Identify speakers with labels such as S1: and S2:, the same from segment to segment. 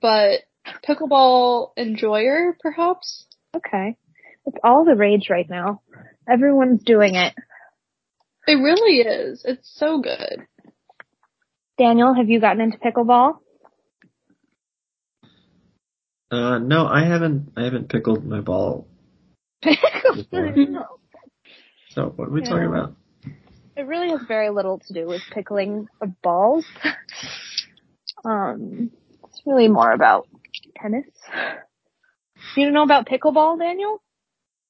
S1: but pickleball enjoyer, perhaps.
S2: Okay. It's all the rage right now. Everyone's doing it.
S1: It really is. It's so good.
S2: Daniel, have you gotten into pickleball?
S3: Uh, no, I haven't. I haven't pickled my ball.
S2: it
S3: So what are we
S2: Yeah.
S3: talking about?
S2: really has very little to do with pickling of balls. Um, it's really more about tennis. You don't know about pickleball, Daniel?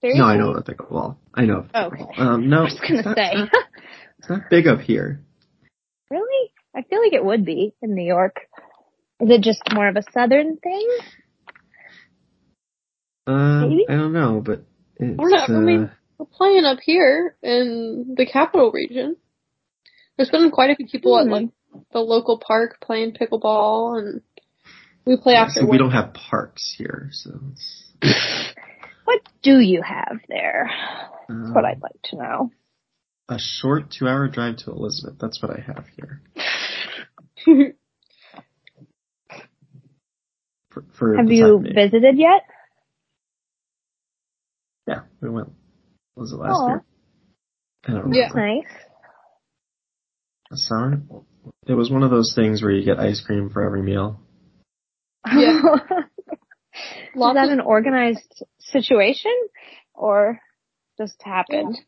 S2: Seriously?
S3: No, I know about pickleball. I know.
S2: Oh, okay.
S3: Um, no,
S2: I was gonna
S3: it's not-
S2: say.
S3: It's not, it's not big up here.
S2: Really? I feel like it would be in New York. Is it just more of a southern thing?
S3: Uh,
S2: Maybe?
S3: I don't know, but it's,
S1: We're not- I
S3: uh,
S1: mean- We're playing up here in the capital region. There's been quite a few people at
S2: Hmm.
S1: like the local park playing pickleball, and we play after.
S3: so uh, we
S1: work.
S3: don't have parks here. So it's,
S2: What do you have there?
S3: um,
S2: That's what I'd like to know.
S3: a short two-hour drive to Elizabeth. That's what I have here for. for
S2: Have
S3: the
S2: you
S3: time being.
S2: visited yet?
S3: Yeah, we went. Was it last
S2: Aw.
S3: year? I don't remember.
S1: Yeah.
S2: Nice.
S3: Last summer. It was one of those things where you get ice cream for every meal.
S1: Yeah.
S2: Was
S1: Lots
S2: that
S1: of,
S2: an organized situation or just happened?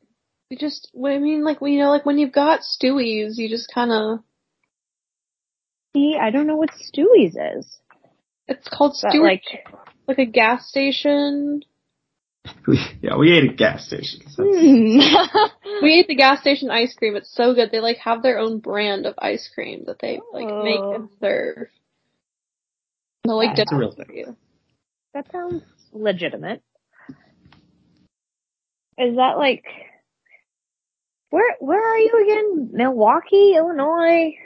S1: we just, well, I mean, like, you know, like when you've got Stewie's, you just kind of,
S2: See, I don't know what Stewie's is.
S1: it's called
S2: But
S1: Stewie, like,
S2: like,
S1: a gas station.
S3: We, yeah, we ate at gas stations. That's-
S2: hmm.
S1: We ate the gas station ice cream. It's so good. They like have their own brand of ice cream that they like make
S2: Oh.
S1: and serve. They'll like
S2: That's
S3: a real
S1: different for
S3: thing.
S1: you.
S2: that sounds legitimate. Is that like where where are you again? Milwaukee, Illinois,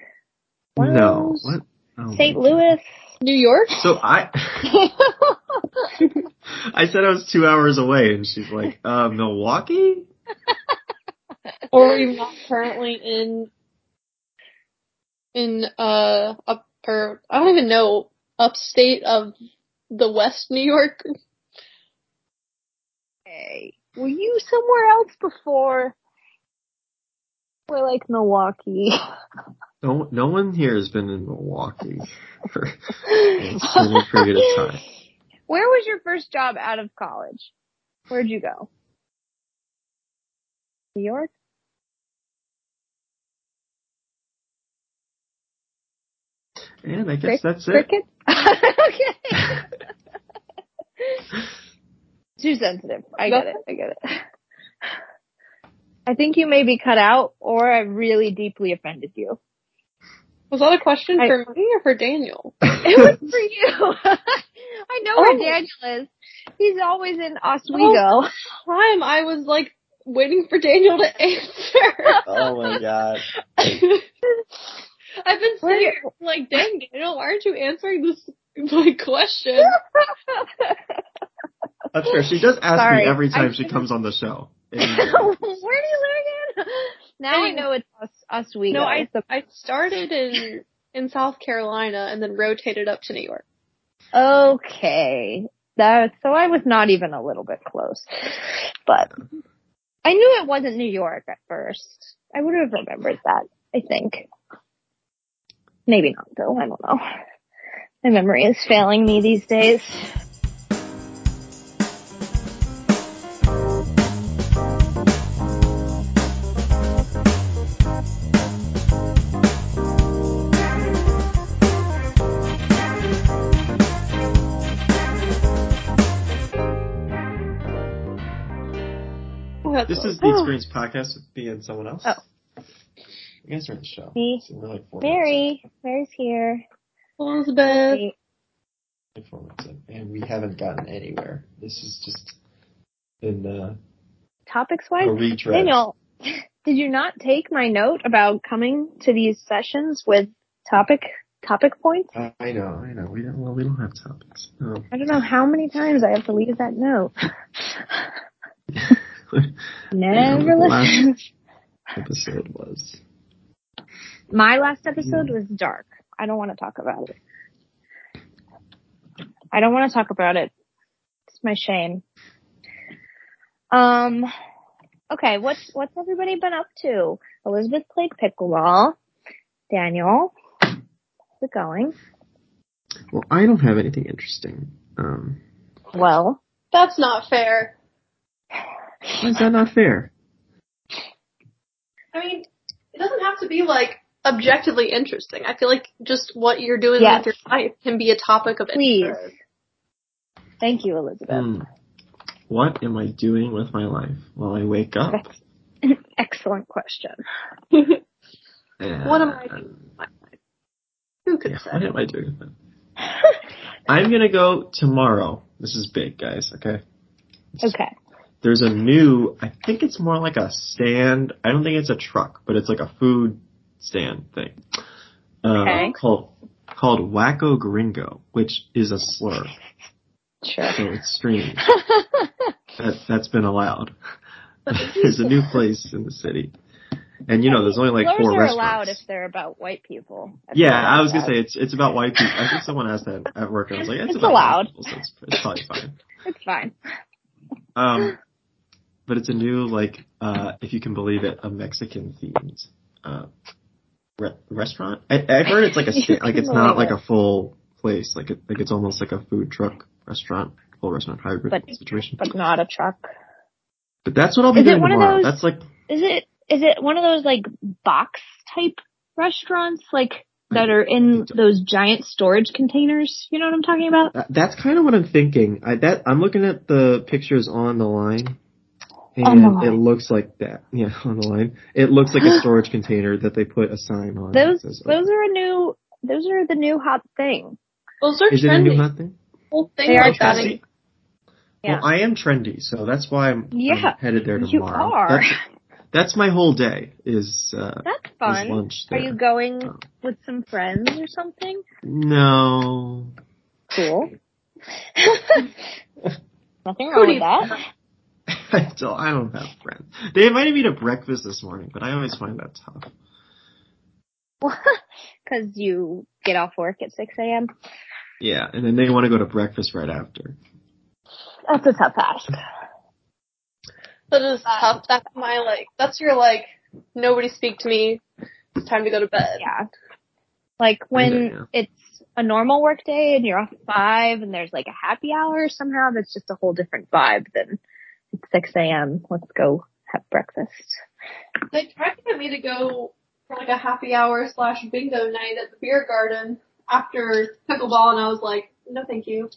S2: One of
S3: no.
S2: those-
S3: What? Oh my
S2: St.
S3: God.
S2: Louis?
S1: New York?
S3: So I, I said I was two hours away, and she's like, uh, Milwaukee?
S1: or you're not currently in in uh up or I don't even know upstate of the West New York.
S2: Hey, were you somewhere else before? We're like Milwaukee.
S3: No, no one here has been in Milwaukee for any period of time.
S2: Where was your first job out of college? Where'd you go? New York?
S3: And I guess that's it.
S2: Cricket? okay. Too sensitive. I get it. I get it. I think you may be cut out or I really deeply offended you.
S1: Was that a question
S2: I-
S1: for me or for Daniel?
S2: It was for you. I know where
S1: Oh.
S2: Daniel is. He's always in Oswego.
S1: Time I was like waiting for Daniel to answer.
S3: oh my god.
S1: I've been sitting
S2: Where-
S1: here like, dang Daniel, why aren't you answering this like question?
S3: That's fair. She does ask
S2: Sorry,
S3: me every
S2: I
S3: time she
S2: shouldn't-
S3: comes on the show.
S2: Where do you
S3: And-
S2: live again? Now I know it's Os- Oswego.
S1: No, I
S2: It's the-
S1: I started in in South Carolina and then rotated up to New York.
S2: Okay. That, so I was not even a little bit close. But I knew it wasn't New York at first. I would have remembered that, I think. Maybe not though, I don't know. My memory is failing me these days.
S1: Oh, that's
S3: this
S1: awesome.
S3: is the Experience Podcast with me and someone else.
S2: Oh.
S3: You guys are in the show.
S2: Me.
S3: So we're like four
S2: Mary, Mary's here.
S1: Elizabeth.
S3: minutes in, four minutes in, and we haven't gotten anywhere. This is just in uh,
S2: Topics
S3: a
S2: wise,
S3: retread.
S2: Daniel, did you not take my note about coming to these sessions with topic, topic points?
S3: I I know, I know. We don't. Well, we don't have topics. No.
S2: I don't know how many times I have to leave that note. Never
S3: Yeah, last-
S2: listen.
S3: episode was.
S2: My last episode was dark. I don't want to talk about it. I don't want to talk about it. It's my shame. Um, okay, what's what's everybody been up to? Elizabeth played pickleball. Daniel, how's it going?
S3: Well, I don't have anything interesting. Um,
S2: Well,
S1: That's not fair.
S3: why is that not fair?
S1: I mean, it doesn't have to be like objectively interesting. I feel like just what you're doing
S2: Yes.
S1: with your life can be a topic of
S2: Please.
S1: interest.
S2: thank you, Elizabeth.
S3: Hmm. What am I doing with my life? Well, I wake up.
S2: That's an excellent question.
S3: And
S1: What am I doing? Who could
S3: Yeah,
S1: say?
S3: what am I doing? with it? I'm gonna go tomorrow. This is big, guys. Okay.
S2: Okay.
S3: There's a new. I think it's more like a stand. I don't think it's a truck, but it's like a food stand thing. Um,
S2: Okay.
S3: Called called Wacko Gringo, which is a slur,
S2: Sure.
S3: so it's strange. that that's been allowed. there's a new place in the city, and you know there's only like
S2: Slurs
S3: four
S2: are
S3: restaurants.
S2: allowed if they're about white people. That's
S3: Yeah,
S2: all
S3: I was gonna
S2: allowed.
S3: say it's it's about white people. I think someone asked that at work, and I was like, it's,
S2: It's
S3: about
S2: allowed.
S3: White people, so it's, it's probably fine.
S2: it's fine.
S3: Um, but it's a new like uh, if you can believe it, a Mexican themed uh, re- restaurant. I, I've heard it's like a
S2: You
S3: sta- like
S2: can
S3: it's not
S2: believe
S3: like a full place. Like it, like it's almost like a food truck restaurant, full restaurant hybrid
S2: But-
S3: situation. But,
S2: But not a truck.
S3: that's what I'll be
S2: Is it
S3: doing
S2: one of
S3: tomorrow.
S2: those-
S3: That's like
S2: Is it is it one of those like box type restaurants like that are in those giant storage containers? You know what I'm talking about?
S3: Uh, That's kind of what I'm thinking. I that I'm looking at the pictures on the line, and
S2: On the line.
S3: it looks like that. Yeah, on the line, it looks like a storage container that they put a sign on. that
S2: Those
S3: says,
S2: those are a new those are the new hot thing.
S1: Those are
S3: "Oh, is it a
S1: trendy.
S3: new hot thing?
S1: whole thing
S2: They are
S1: like that.
S2: trendy.
S1: and-
S2: Yeah.
S3: Well, I am trendy, so that's why I'm, I'm
S2: Yeah,
S3: headed there
S2: you
S3: tomorrow.
S2: are.
S3: That's, that's my whole day. Is uh,
S2: That's
S3: is
S2: fun. Are
S3: lunch there? Oh.
S2: you going with some friends or something?
S3: no,
S2: Cool. Nothing
S1: Who
S2: wrong
S1: do
S2: with
S1: you-
S2: that.
S3: I don't. I don't have friends. They invited me to breakfast this morning, but I always find that tough.
S2: Because you get off work at 6 a.m.
S3: Yeah, and then they want to go to breakfast right after.
S2: That's a tough ask.
S1: That is tough. That's my like. That's your like. Nobody speak to me. It's time to go to bed.
S2: Yeah. Like when
S3: Yeah.
S2: it's a normal work day and you're off at 5 and there's like a happy hour somehow, that's just a whole different vibe than it's 6 a.m. Let's go have breakfast.
S1: They tried to get me to go for like a happy hour slash bingo night at the beer garden after pickleball, and I was like, no, thank you.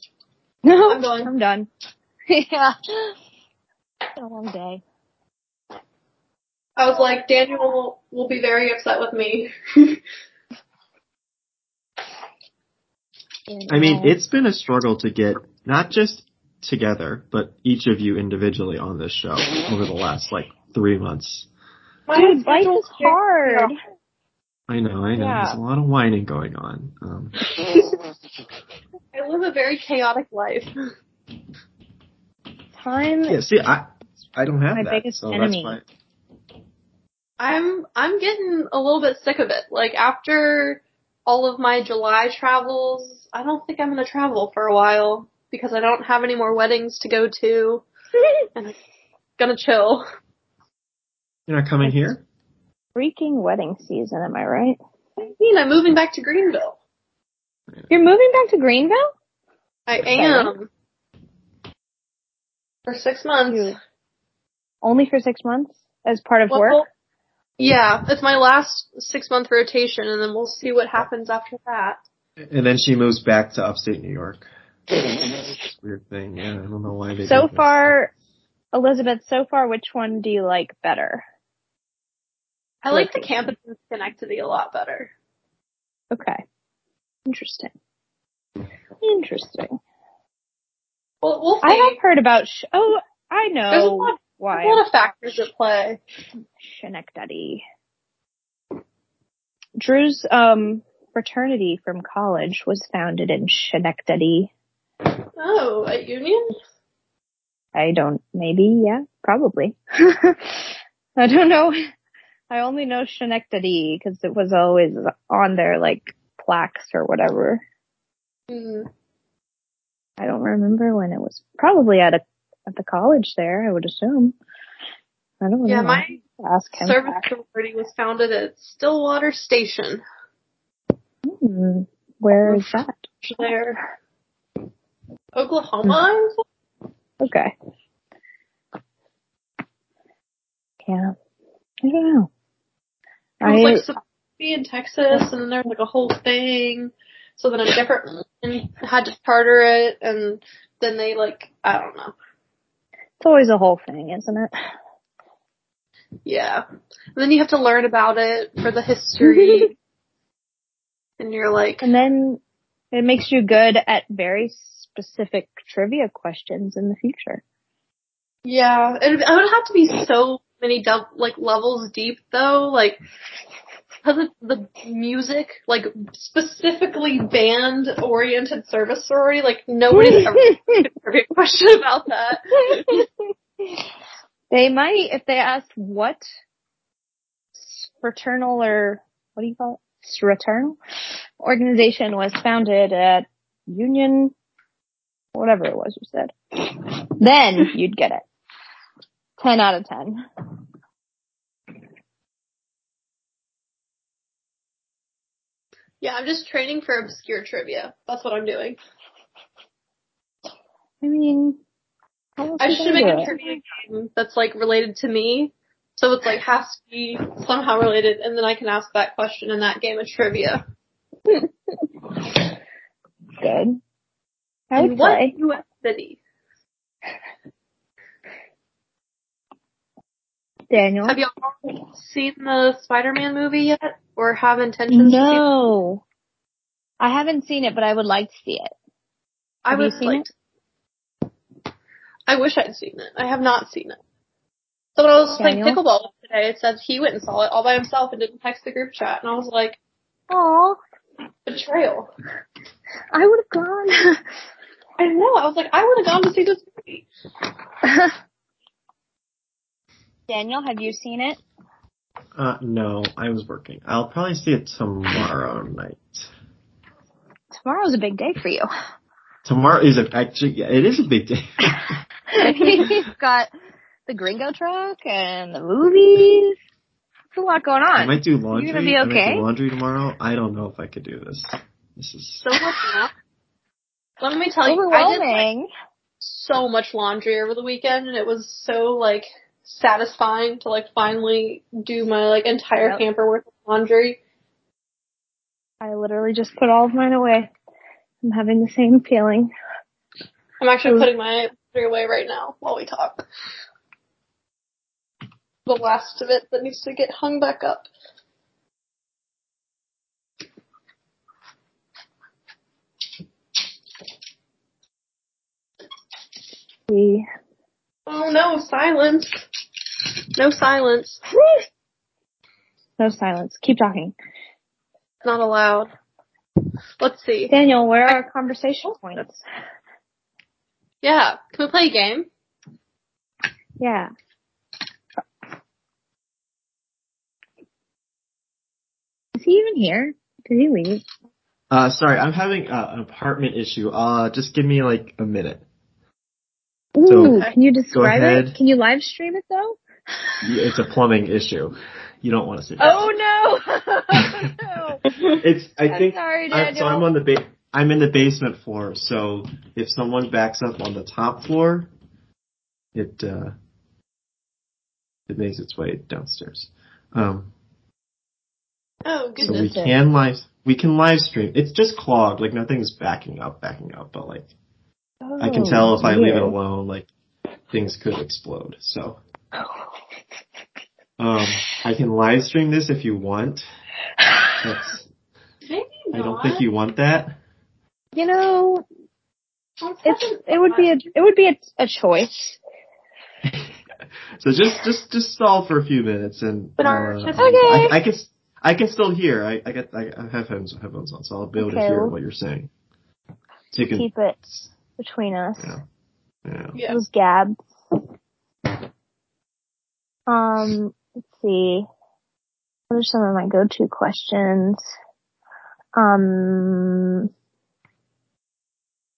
S2: No,
S1: I'm going.
S2: I'm done. yeah. It's been a long day.
S1: I was like, Daniel will be very upset with me.
S2: You
S3: I mean,
S2: know.
S3: it's been a struggle to get not just together, but each of you individually on this show over the last like three months.
S2: Dude, life is hard.
S3: I know, I know. There's a lot of whining going on. Um,
S1: I live a very chaotic life.
S2: Time
S3: yeah, see, I I don't have
S2: My
S3: that,
S2: biggest
S3: so
S2: enemy.
S3: that's why.
S1: I'm I'm getting a little bit sick of it. Like after all of my July travels, I don't think I'm gonna travel for a while because I don't have any more weddings to go to. and I'm gonna chill.
S3: You're not coming here.
S2: freaking wedding season, am I right?
S1: I mean, I'm moving back to Greenville.
S2: You're moving back to Greenville?
S1: I
S2: Okay.
S1: am for six months.
S2: You- Only for six months as part of
S1: Well,
S2: work?
S1: Yeah, it's my last six month rotation, and then we'll see what happens after that.
S3: And then she moves back to upstate New York. Weird thing. Yeah, I don't know why they.
S2: So
S3: did this.
S2: far, Elizabeth, so far, which one do you like better?
S1: I like the campus in Schenectady a lot better.
S2: Okay. Interesting. Interesting.
S1: Well, we'll see.
S2: I have heard about, sh- oh, I
S1: There's a
S2: know
S1: lot-
S2: why.
S1: a lot of factors at play.
S2: Schenectady. Drew's, um, fraternity from college was founded in Schenectady.
S1: Oh, at Union?
S2: I don't, maybe, yeah, probably. I don't know. I only know Schenectady because it was always
S1: Hmm.
S2: on their like plaques or whatever.
S1: Mm.
S2: I don't remember when it was. Probably at a at the college there, I would assume. I don't
S1: Yeah,
S2: know.
S1: my
S2: Ask him.
S1: Service sorority was founded at Stillwater Station.
S2: Hmm, where is that?
S1: There, Oklahoma.
S2: Hmm. Okay. Yeah. I don't know.
S1: It was
S2: I
S1: like supposed to be in Texas, and then there was like a whole thing. So then a different one had to charter it, and then they like I don't know.
S2: it's always a whole thing, isn't it?
S1: Yeah, and then you have to learn about it for the history, and you're like,
S2: And then it makes you good at very specific trivia questions in the future.
S1: yeah. It, it would have to be so many dub, like levels deep though, like because it's the music, like specifically band oriented service sorority. Like nobody's ever asked a question about that.
S2: they might if they asked what fraternal or what do you call it? Fraternal organization was founded at Union, whatever it was you said. Then you'd get it. Ten out of ten.
S1: Yeah, I'm just training for obscure trivia. That's what I'm doing.
S2: I mean, how else
S1: I
S2: would
S1: should make
S2: do
S1: a
S2: it?
S1: trivia game that's like related to me. So it's like has to be somehow related and then I can ask that question in that game of trivia.
S2: good. I
S1: And
S2: would
S1: what
S2: play.
S1: US city?
S2: Daniel.
S1: Have y'all seen the Spider-Man movie yet? Or have intentions to see it?
S2: No. I haven't seen it, but I would like to see it.
S1: I
S2: Have you
S1: was
S2: seen
S1: like,
S2: it?
S1: I wish I'd seen it. I have not seen it. So when I was playing
S2: Daniel?
S1: pickleball today, it said he went and saw it all by himself and didn't text the group chat, and I was like,
S2: Oh,
S1: betrayal.
S2: I would have gone.
S1: I know. I was like, I would have gone to see this movie.
S2: Daniel, have you seen it?
S3: Uh, no, I was working. I'll probably see it tomorrow night.
S2: Tomorrow's a big day for you.
S3: Tomorrow is a, actually, yeah, it is a big day.
S2: You've got the Gringo truck and the movies. It's a lot going
S3: I
S2: on.
S3: might do laundry.
S2: gonna be
S3: I might
S2: okay?
S3: do laundry tomorrow. I don't know if I could do this. This is
S1: So much now. Let me tell you, I did like,
S2: Overwhelming.
S1: so much laundry over the weekend, and it was so like satisfying to like finally do my like entire
S2: Yep.
S1: camper worth of laundry.
S2: I literally just put all of mine away. I'm having the same feeling.
S1: I'm
S2: Mm.
S1: actually putting my laundry away right now while we talk. The last of it that needs to get hung back up.
S2: We-
S1: Oh no, silence. No silence.
S2: No silence. Keep talking.
S1: Not allowed. Let's see.
S2: Daniel, where are our conversation points?
S1: Yeah. Can we play a game?
S2: Yeah. Is he even here? Did he leave?
S3: Uh, sorry, I'm having uh, an apartment issue. Uh, just give me like a minute.
S2: Ooh,
S1: So-
S2: can you describe it?
S3: ahead.
S2: Can you live stream it though?
S3: You- It's a plumbing issue. You don't want to see that.
S2: Oh no! no.
S3: It's, I
S2: I'm
S3: think,
S2: sorry,
S3: I'm, so
S2: Daniel.
S3: I'm on the ba- I'm in the basement floor, so if someone backs up on the top floor, it, uh, it makes its way downstairs. Um,
S1: Oh
S3: so we
S1: goodness.
S2: Understood.
S3: can live, we can live stream. It's just clogged, like nothing's backing up, backing up, but like, I can tell if I leave it
S2: Oh, weird.
S3: alone, like things could explode. So
S2: Oh.
S3: um, I can live stream this if you want. That's,
S1: Maybe
S3: I
S1: not.
S3: don't think you want that.
S2: You know,
S1: That's
S2: it's
S1: such
S2: it would be a it would be a, a choice.
S3: So just just just stall for a few minutes and
S1: But our-
S3: uh,
S1: Okay.
S3: I, I can s- I can still hear. I I get I I have headphones headphones on, so I'll be able
S2: Okay.
S3: to hear what you're saying. So you can
S2: Keep it between us.
S3: Yeah. yeah.
S1: Yeah.
S2: Those gabs. Um, let's see. What are some of my go-to questions? Um,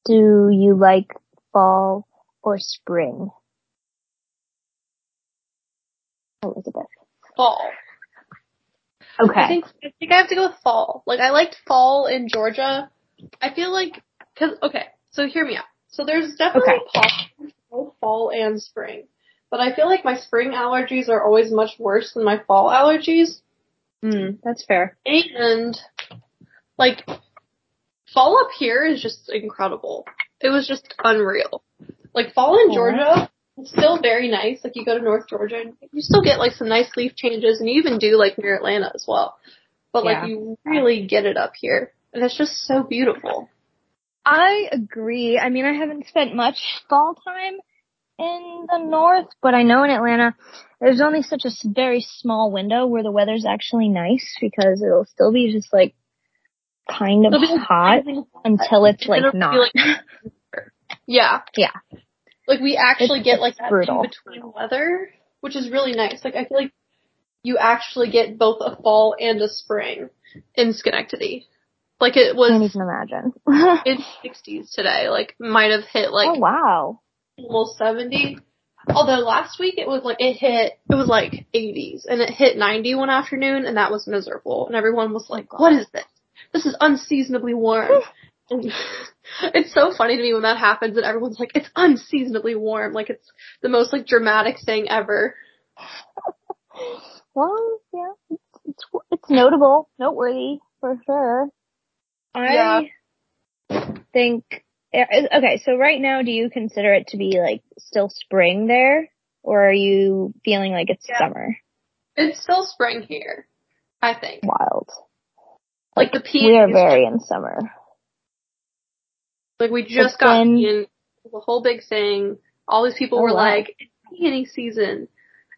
S2: Do you like fall or spring? Elizabeth.
S1: Fall. I
S2: Okay.
S1: think I think I have to go with fall. Like I liked fall in Georgia. I feel like because okay, so hear me out. So there's definitely
S2: Okay.
S1: possible both fall and spring, but I feel like my spring allergies are always much worse than my fall allergies.
S2: Mm, that's fair.
S1: And like fall up here is just incredible. It was just unreal. Like fall in
S2: Aw.
S1: Georgia it's still very nice. Like you go to North Georgia and you still get like some nice leaf changes and you even do like near Atlanta as well. But
S2: Yeah.
S1: like you really get it up here. And it's just so beautiful.
S2: I agree. I mean, I haven't spent much fall time in the north, but I know in Atlanta there's only such a s- very small window where the weather's actually nice because it'll still be just like kind of
S1: It'll be, like,
S2: hot until it's like
S1: It'll be,
S2: not.
S1: like- yeah.
S2: Yeah.
S1: Like we actually
S2: It's-
S1: get
S2: it's
S1: like that
S2: brutal.
S1: in between weather, which is really nice. Like I feel like you actually get both a fall and a spring in Schenectady. Like it
S2: I can't
S1: was
S2: even imagine. oh
S1: in sixties today. Like might have hit like
S2: wow.
S1: almost 70. Although last week it was like, it hit, it was like 80s and it hit 90 one afternoon and that was miserable. And everyone was like, what is this? This is unseasonably warm. And it's so funny to me when that happens and everyone's like, it's unseasonably warm. Like it's the most like dramatic thing ever.
S2: Well, yeah, it's it's, it's notable, noteworthy for sure. I
S1: Yeah.
S2: think eh, eh, okay. So right now, do you consider it to be like still spring there, or are you feeling like it's
S1: Yeah.
S2: summer?
S1: It's still spring here, I think.
S2: Wild.
S1: Like the peonies,
S2: We are very in summer.
S1: like we just
S2: It's
S1: got
S2: been-
S1: in the whole big thing. All these people
S2: Oh,
S1: were
S2: wow.
S1: like, it's peony season.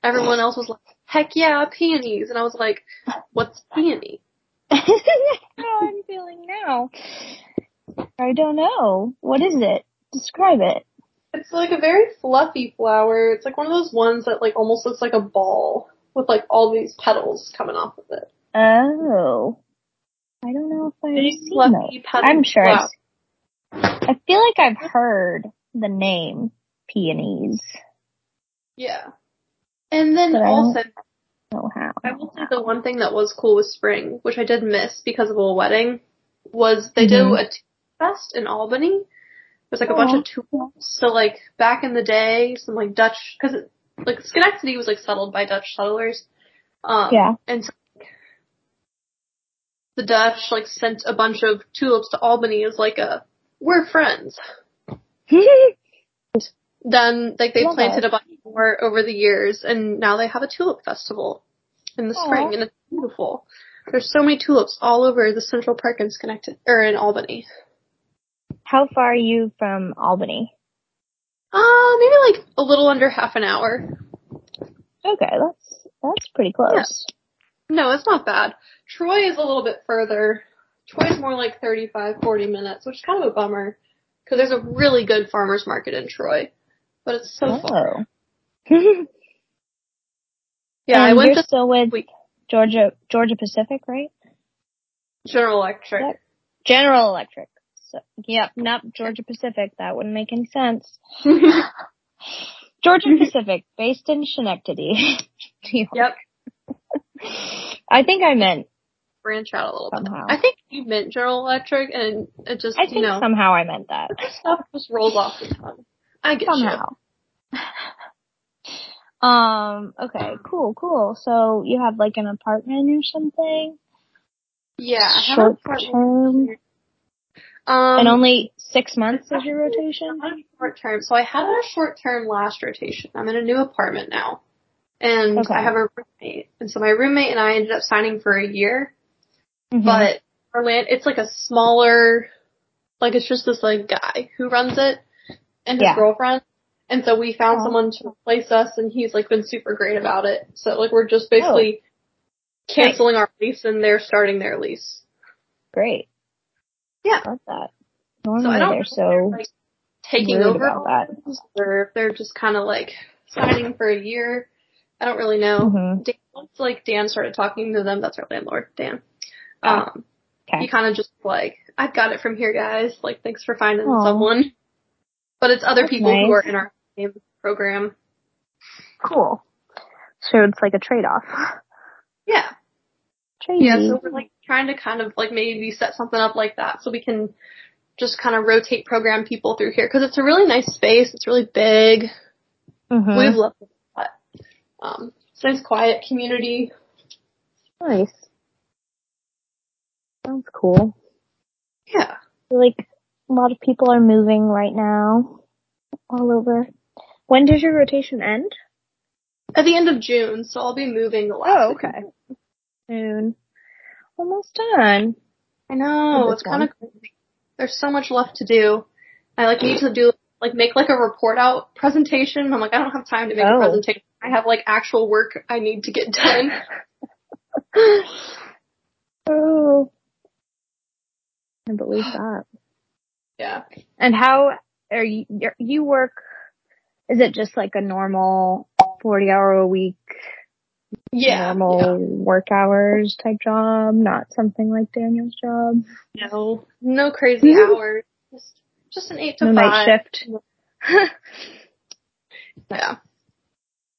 S1: Everyone else was like, heck yeah, peonies. And I was like, what's peony?
S2: How I'm feeling now. I don't know. What is it? Describe it.
S1: It's like a very fluffy flower. It's like one of those ones that like almost looks like a ball with like all these petals coming off of it.
S2: Oh. I don't know if I've
S1: Very
S2: seen those.
S1: fluffy petals.
S2: I'm sure I've I feel like I've heard the name peonies.
S1: Yeah. And then
S2: But I don't-
S1: also,
S2: I don't know Oh, how.
S1: I will say the one thing that was cool with spring, which I did miss because of a wedding, was they do
S2: Mhm.
S1: a tulip fest in Albany. There's like a
S2: Aw.
S1: bunch of tulips. So like back in the day, some like Dutch, because like Schenectady was like settled by Dutch settlers. Um,
S2: Yeah.
S1: And so, like, the Dutch like sent a bunch of tulips to Albany as like a we're friends. Then like they
S2: Love
S1: planted
S2: it.
S1: a bunch more over the years, and now they have a tulip festival in the
S2: Aw.
S1: spring, and it's beautiful. There's so many tulips all over the Central Park in Schenectady or in Albany.
S2: how far are you from Albany?
S1: Uh, maybe like a little under half an hour.
S2: Okay, that's that's pretty close.
S1: No, it's not bad. Troy is a little bit further. Troy's more like 35, 40 minutes, which is kind of a bummer because there's a really good farmers market in Troy, but it's so far.
S2: Oh.
S1: Yeah, I
S2: And
S1: went to
S2: you're still with
S1: week.
S2: Georgia Georgia Pacific, right?
S1: General Electric.
S2: Yep. General Electric. So, yep, not Georgia Pacific. That wouldn't make any sense.
S1: Mm-hmm.
S2: Georgia Pacific, based in Schenectady. New York.
S1: yep,
S2: I think I meant
S1: branch out a little bit.
S2: somehow.
S1: I think you meant General Electric, and it just
S2: I
S1: you
S2: think
S1: know
S2: somehow I meant that.
S1: stuff just rolls off the tongue. I get you.
S2: Somehow. um, okay, cool, cool. So you have like an apartment or something?
S1: Yeah, I have an
S2: Short
S1: apartment.
S2: term.
S1: Um,
S2: and only six months is your rotation?
S1: Not a short term. So I had a short term last rotation. I'm in a new apartment now. And
S2: Okay.
S1: I have a roommate. And so my roommate and I ended up signing for a year.
S2: Mm-hmm.
S1: But Orlando, it's like a smaller, like it's just this like guy who runs it and his
S2: Yeah.
S1: girlfriend. And so we found
S2: Aw.
S1: someone to replace us and he's like been super great about it. So like we're just basically
S2: Oh.
S1: canceling our lease and they're starting their lease.
S2: Great.
S1: Yeah.
S2: Love that.
S1: So I
S2: Normally
S1: don't
S2: they're
S1: know
S2: so
S1: if they're, like, taking
S2: worried
S1: over
S2: about that.
S1: or if they're just kind of like signing for a year. I don't really know.
S2: Mhm.
S1: Dan, once like Dan started talking to them, that's our landlord, Dan. Um,
S2: Oh, Okay.
S1: He kind of just like, I've got it from here, guys. Like, thanks for finding
S2: Aw.
S1: someone. But it's other
S2: That's
S1: people who
S2: nice.
S1: are in our same program.
S2: Cool. So it's like a trade off.
S1: Yeah.
S2: Trade.
S1: Yeah. So we're like trying to kind of like maybe set something up like that so we can just kind of rotate program people through here because it's a really nice space. It's really big.
S2: Mm-hmm.
S1: We've
S2: Uh-huh.
S1: loved it a lot. Um, it's a nice quiet community.
S2: Nice. Sounds cool.
S1: Yeah.
S2: Like a lot of people are moving right now, all over. When does your rotation end?
S1: At the end of June, so I'll be moving the
S2: Oh,
S1: last. week.
S2: Soon. Almost done.
S1: I know.
S2: Good
S1: It's kind
S2: one.
S1: of crazy. There's so much left to do. I like need to do like make like a report out presentation. I'm like I don't have time to make
S2: Oh.
S1: a presentation. I have like actual work I need to get done.
S2: oh. I believe that.
S1: yeah.
S2: And how are you, you're- you work, is it just like a normal 40 hour a week,
S1: Yeah.
S2: normal work hours type job, not something like Daniel's job?
S1: yeah. No. No crazy hours. Just just an 8 to
S2: no
S1: 5.
S2: night shift?
S1: Yeah.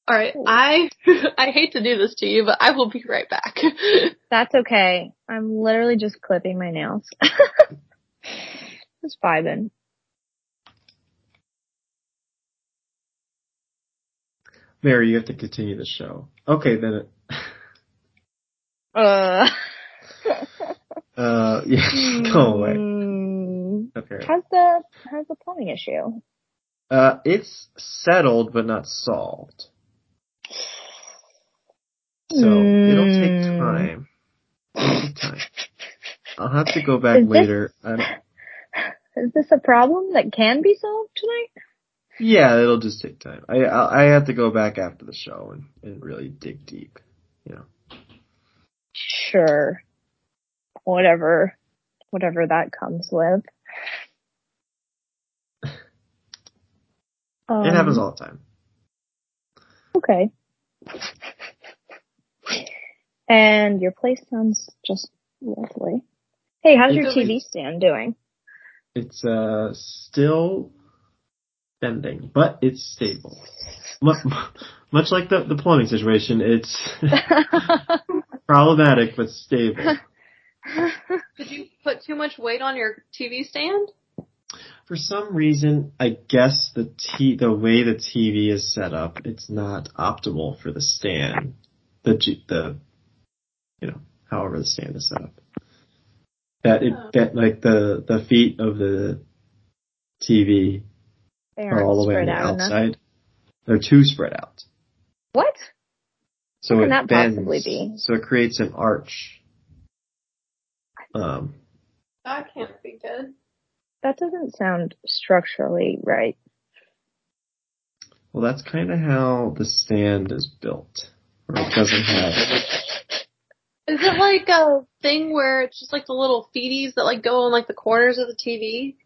S1: All right.
S2: Cool.
S1: I I hate to do this to you, but I will be right back.
S2: That's okay. I'm literally just clipping my nails. just vibing.
S3: Mary, you have to continue the show. Okay, then. It,
S2: Uh.
S3: uh, yeah, go away.
S2: Hmm.
S3: Okay.
S2: How's the, how's the plumbing issue?
S3: Uh, it's settled but not solved. So it'll take
S2: Hmm.
S3: time. It'll take time. I'll have to go back
S2: Is this-
S3: later. I don't,
S2: Is this a problem that can be solved tonight?
S3: yeah, it'll just take time. I, I I have to go back after the show and, and really dig deep.
S2: Sure. Whatever, whatever that comes with. Um,
S3: it happens all the time.
S2: Okay. And your place sounds just lovely. Hey, how's your
S3: It's-
S2: TV stand doing?
S3: It's uh still bending, but it's stable. Much, much like the the plumbing situation, it's problematic but stable.
S1: Did you put too much weight on your TV stand?
S3: For some reason, I guess the t the way the TV is set up, it's not optimal for the stand. The G- the you know however the stand is set up. That it
S2: Oh.
S3: that like the the feet of the TV
S2: They
S3: are
S2: aren't
S3: all the way on
S2: spread
S3: the
S2: out enough.
S3: outside. They're too spread out.
S2: What?
S3: So
S2: How can
S3: it
S2: that
S3: bends,
S2: possibly be?
S3: So it creates an arch. Um,
S1: That can't be good.
S2: That doesn't sound structurally right.
S3: well, that's kind of how the stand is built. Or it doesn't have.
S1: Is it like a thing where it's just like the little feeties that like go on like the corners of the TV?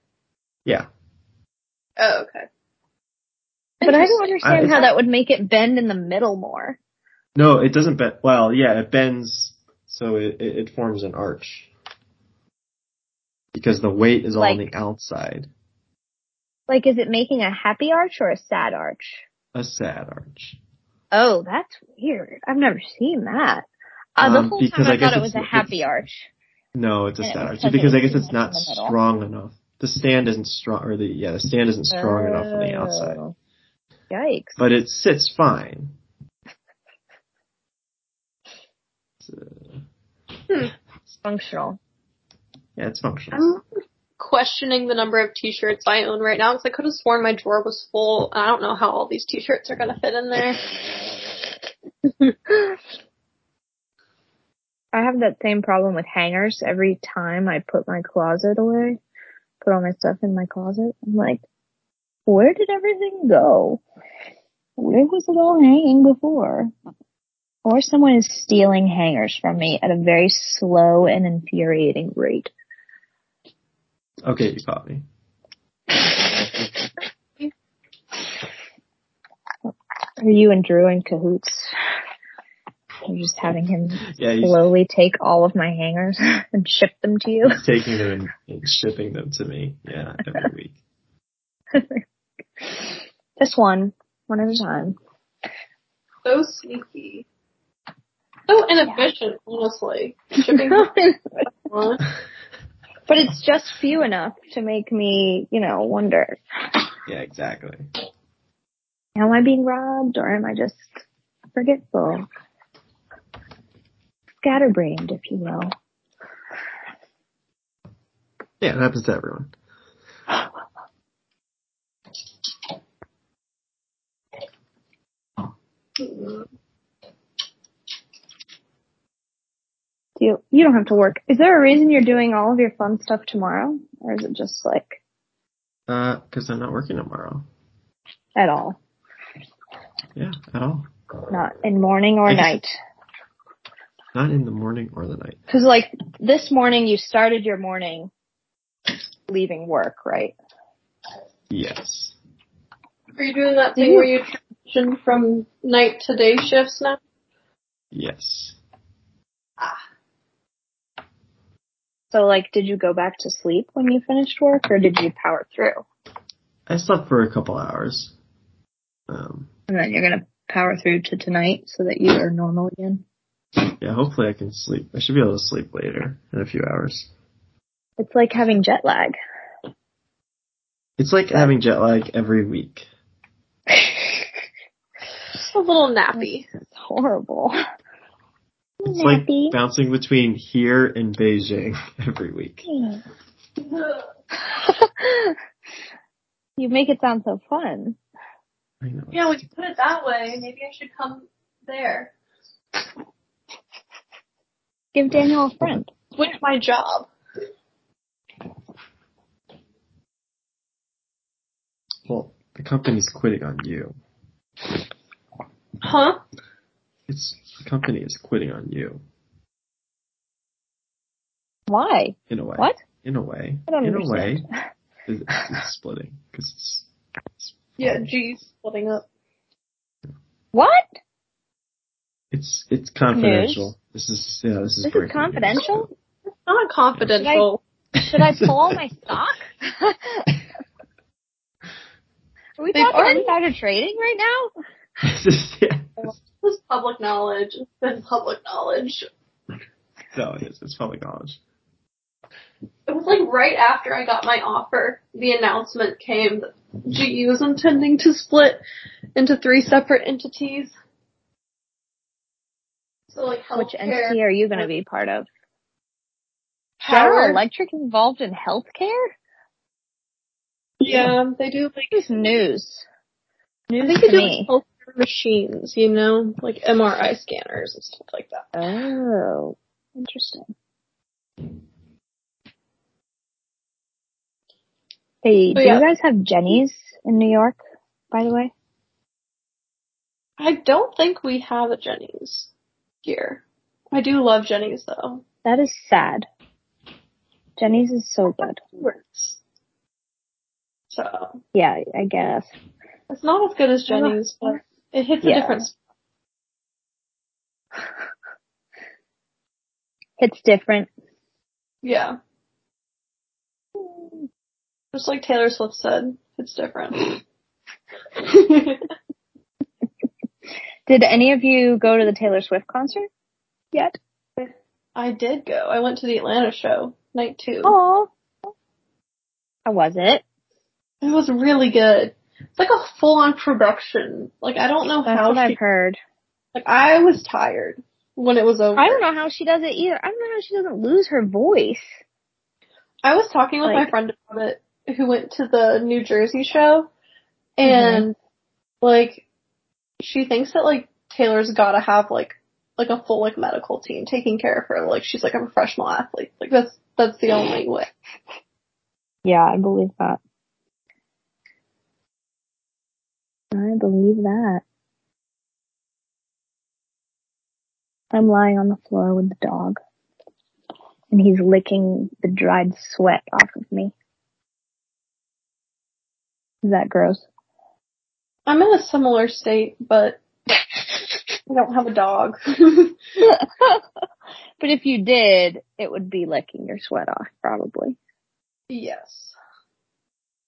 S3: Yeah.
S1: Oh, okay.
S2: But I don't
S1: Interesting.
S2: understand
S3: I-
S2: how that would make it bend in the middle more.
S3: No, it doesn't bend. Well, yeah, it bends, so it, it, it forms an arch. Because the weight is all on
S2: Like-
S3: the outside.
S2: Like, is it making a happy arch or a sad arch?
S3: A sad arch.
S2: Oh, that's weird. I've never seen that. Uh, the
S3: Um,
S2: whole
S3: because
S2: time I,
S3: I guess
S2: thought it was a
S3: it's-
S2: happy arch.
S3: No, it's a
S2: And it
S3: sad
S2: was
S3: arch.
S2: something
S3: Because I
S2: too
S3: guess it's
S2: much
S3: not
S2: in the middle.
S3: strong enough. The stand isn't strong, or the, yeah, the stand isn't strong enough on the outside.
S2: Oh. Yikes.
S3: But it sits fine.
S2: Functional.
S3: Yeah, it's functional.
S1: I'm questioning the number of t-shirts I own right now because I could have sworn my drawer was full. and I don't know how all these t-shirts are gonna fit in there.
S2: I have that same problem with hangers every time I put my closet away, put all my stuff in my closet. I'm like, where did everything go? Where was it all hanging before? Or someone is stealing hangers from me at a very slow and infuriating rate. Oh.
S3: Okay, you caught me.
S2: Are you and Drew in cahoots? I'm just having him
S3: Yeah, he's
S2: slowly take all of my hangers and ship them to you.
S3: he's taking them and, and shipping them to me. Yeah, every week.
S2: Just one, one at a time.
S1: So sneaky. So inefficient, honestly. Shipping
S2: but
S1: one.
S2: it's just few enough to make me, you know, wonder,
S3: Yeah, exactly.
S2: am I being robbed or am I just forgetful? Scatterbrained, if you will.
S3: Yeah, it happens to everyone.
S2: Do you, you don't have to work. Is there a reason you're doing all of your fun stuff tomorrow? Or is it just like
S3: Uh, cause I'm not working tomorrow.
S2: at all?
S3: Yeah, at all.
S2: Not in morning or
S3: I guess-
S2: night?
S3: Not in the morning or the night.
S2: Cause like this morning you started your morning leaving work, right?
S3: Yes.
S1: Are you doing that thing where you transition from night to day shifts now?
S3: Yes.
S2: So like did you go back to sleep when you finished work or did you power through?
S3: I slept for a couple hours. Um,
S2: And then you're gonna power through to tonight so that you are normal again?
S3: yeah, hopefully I can sleep. I should be able to sleep later in a few hours.
S2: It's like having jet lag.
S3: It's like having jet lag every week.
S1: Just a little nappy.
S2: It's horrible.
S3: It's
S2: Nappy.
S3: like bouncing between here and Beijing every week.
S2: you make it sound so fun.
S3: I know.
S1: Yeah, when you put it that way, maybe I should come there.
S2: Give Daniel a friend.
S1: Switch my job.
S3: Well, the company's quitting on you.
S1: Huh?
S3: It's the company is quitting on you
S2: Why?
S3: in a way.
S2: What?
S3: In a way.
S2: I don't
S3: in
S2: understand.
S3: a way, it- it's, it's splitting because it's
S1: Yeah, geez, splitting up.
S2: What?
S3: it's it's confidential. This is yeah. This is
S2: This
S3: breaking
S2: is
S3: news.
S2: confidential?
S1: Not confidential.
S2: Should I pull my stock? Are we
S1: They've
S2: talking
S1: already-
S2: insider trading right now?
S3: This is- yeah.
S1: This is public knowledge. It's been public knowledge.
S3: No, it is. It's public knowledge.
S1: It was like right after I got my offer, the announcement came that GE was intending to split into three separate entities. So like healthcare,
S2: Which entity are you going to be part of? General
S1: power.
S2: Electric involved in healthcare?
S1: Yeah, they do like
S2: This is news.
S1: I
S2: News
S1: think
S2: to
S1: they do
S2: me.
S1: like healthcare machines, you know, like MRI scanners and stuff like that.
S2: Oh, interesting. Hey,
S1: So,
S2: do
S1: Oh, yeah.
S2: you guys have Jenny's in New York, by the way?
S1: I don't think we have a Jenny's here. I do love Jenny's though.
S2: That is sad. Jenny's is so good.
S1: It works. So
S2: Yeah, I guess.
S1: it's not as good as Jenny's, but it hits
S2: Yeah.
S1: a different spot.
S2: It's different.
S1: Yeah. Just like Taylor Swift said, it's different.
S2: Did any of you go to the Taylor Swift concert yet?
S1: I did go. I went to the Atlanta show, night two.
S2: Oh. How was it?
S1: It was really good. It's like a full on production. Like I don't know
S2: That's
S1: how
S2: what
S1: she
S2: I've heard.
S1: Like I was tired when it was over.
S2: I don't know how she does it either. I don't know how she doesn't lose her voice.
S1: I was talking with
S2: Like-
S1: my friend about it who went to the New Jersey show and like she thinks that like Taylor's gotta have like like a full like medical team taking care of her. Like she's like a professional athlete. Like that's that's the only way.
S2: Yeah, I believe that. I believe that. I'm lying on the floor with the dog. And he's licking the dried sweat off of me. Is that gross?
S1: I'm in a similar state, but I don't have a dog.
S2: but if you did, it would be licking your sweat off, probably.
S1: yes.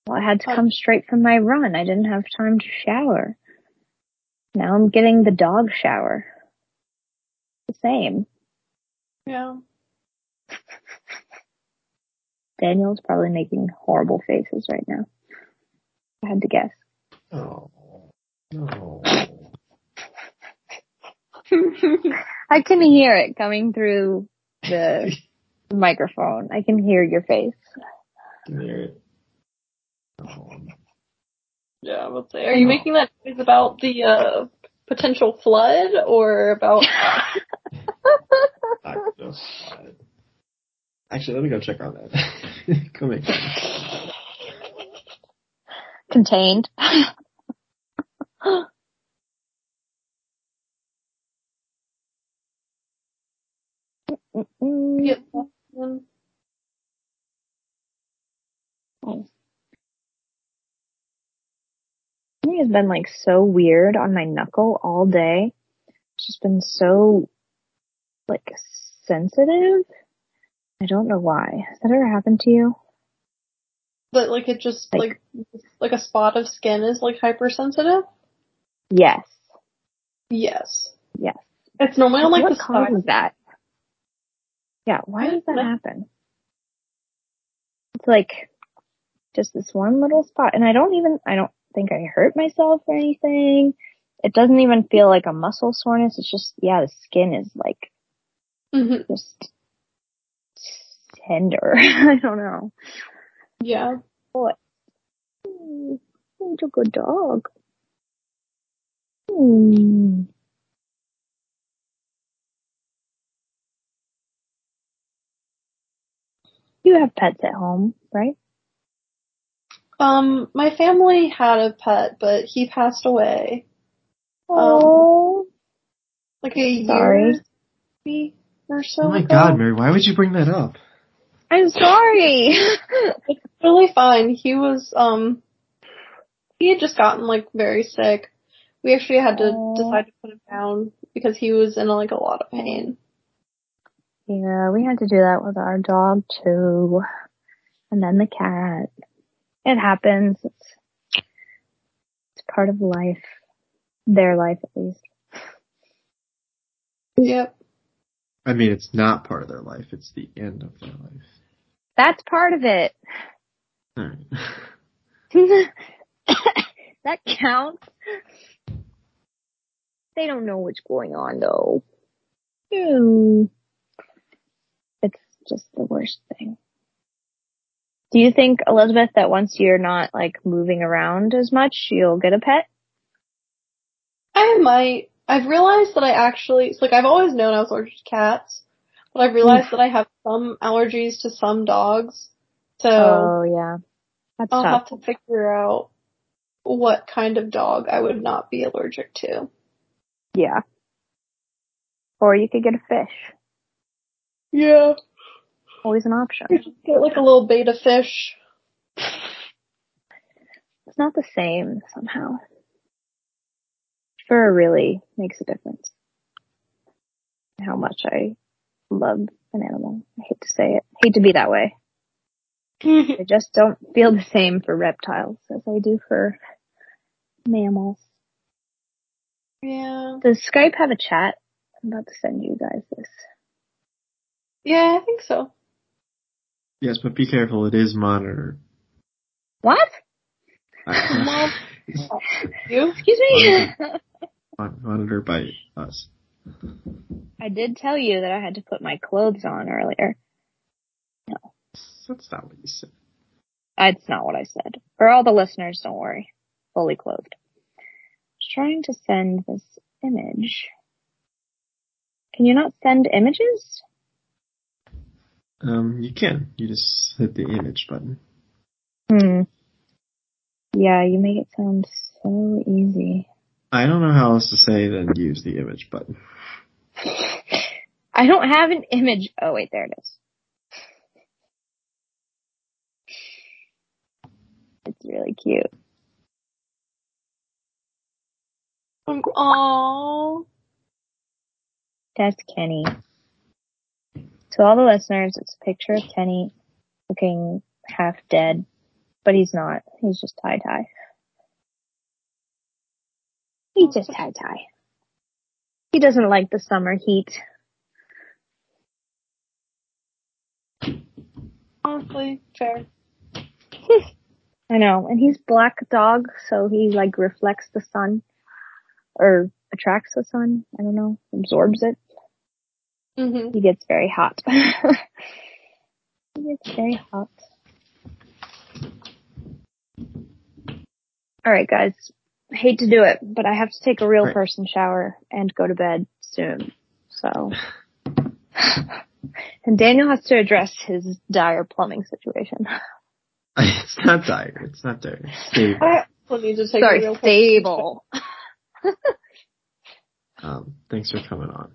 S2: Well, I had to come straight from my run. I didn't have time to shower. Now I'm getting the dog shower. The same.
S1: Yeah.
S2: Daniel's probably making horrible faces right now. I had to guess.
S3: Oh. No.
S2: I can hear it coming through the microphone. I can hear your face.
S3: Can hear it. Oh.
S1: yeah, let's say. Are you making that noise about the uh potential flood or about
S3: I don't know. Actually, let me go check on that. Come in.
S2: Contained.
S1: Yeah.
S2: Mm,
S1: Mm-hmm.
S2: It has been like so weird on my knuckle all day. It's just been so like sensitive. I don't know why. Has that ever happened to you?
S1: but like it just like
S2: Like-
S1: like a spot of skin is like hypersensitive?
S2: Yes.
S1: Yes.
S2: Yes.
S1: It's normally on like
S2: what
S1: the side.
S2: causes that? Yeah, why does that
S1: Yeah.
S2: happen? It's like just this one little spot, and I don't even, I don't think I hurt myself or anything. It doesn't even feel like a muscle soreness. It's just, yeah, the skin is like
S1: Mhm.
S2: just tender. I don't know.
S1: Yeah.
S2: Hmm, He's a good dog. Hmm. You have pets at home, right?
S1: Um, my family had a pet, but he passed away.
S2: Oh,
S1: like a
S2: Sorry.
S1: year maybe, or so.
S3: Oh my
S1: ago.
S3: god, Mary, why would you bring that up?
S2: I'm sorry.
S1: Really fine. He was um he had just gotten like very sick. We actually had to
S2: Aw.
S1: decide to put him down because he was in like a lot of pain.
S2: yeah, we had to do that with our dog too, and then the cat. It happens. It's, it's part of life, their life at least.
S1: Yep.
S3: I mean, it's not part of their life. It's the end of their life.
S2: That's part of it.
S3: All right.
S2: that counts. They don't know what's going on though. Hmm. It's just the worst thing. Do you think, Elizabeth, that once you're not like moving around as much, you'll get a pet?
S1: I might I've realized that I actually it's like I've always known I was allergic to cats, but I've
S2: Mm.
S1: realized that I have some allergies to some dogs. So
S2: Oh yeah. That's
S1: I'll
S2: tough.
S1: have to figure out what kind of dog I would not be allergic to.
S2: Yeah. Or you could get a fish.
S1: Yeah.
S2: Always an option.
S1: You just get like a little beta fish.
S2: It's not the same somehow. Fur really makes a difference. How much I love an animal. I hate to say it. hate to be that way. I just don't feel the same for reptiles as I do for mammals.
S1: yeah.
S2: Does Skype have a chat? I'm about to send you guys this.
S1: Yeah, I think so.
S3: yes, but be careful. It is monitored.
S2: What?
S3: I-
S1: You?
S2: Excuse me?
S3: mon- monitored by us.
S2: I did tell you that I had to put my clothes on earlier.
S3: That's not what you said.
S2: That's not what I said. For all the listeners, don't worry. Fully clothed. Just trying to send this image. Can you not send images?
S3: Um, you can. You just hit the image button.
S2: Hmm. Yeah, you make it sound so easy.
S3: I don't know how else to say than use the image button.
S2: I don't have an image. Oh wait, there it is. It's really cute.
S1: Um, Aww.
S2: That's Kenny. To all the listeners, it's a picture of Kenny looking half dead, but he's not. He's just tie tie. He's just tie tie. He doesn't like the summer heat.
S1: Honestly, fair.
S2: I know, and he's black dog, so he like reflects the sun or attracts the sun. I don't know, absorbs it.
S1: hmm
S2: He gets very hot. he gets very hot. All right, guys. I hate to do it, but I have to take a real
S3: Right.
S2: person shower and go to bed soon. So, and Daniel has to address his dire plumbing situation.
S3: It's not dire. It's not dire. It's stable.
S1: I will need to take a
S2: Sorry,
S1: real
S2: stable.
S3: Um, thanks for coming on.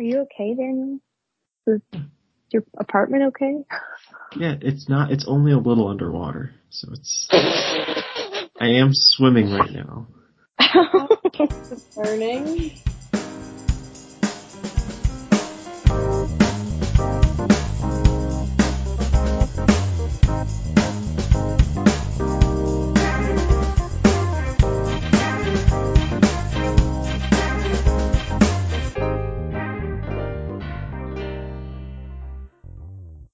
S2: Are you okay, Daniel? Is your apartment okay?
S3: Yeah, it's not. It's only a little underwater, so it's. I am swimming right now.
S1: Concerning.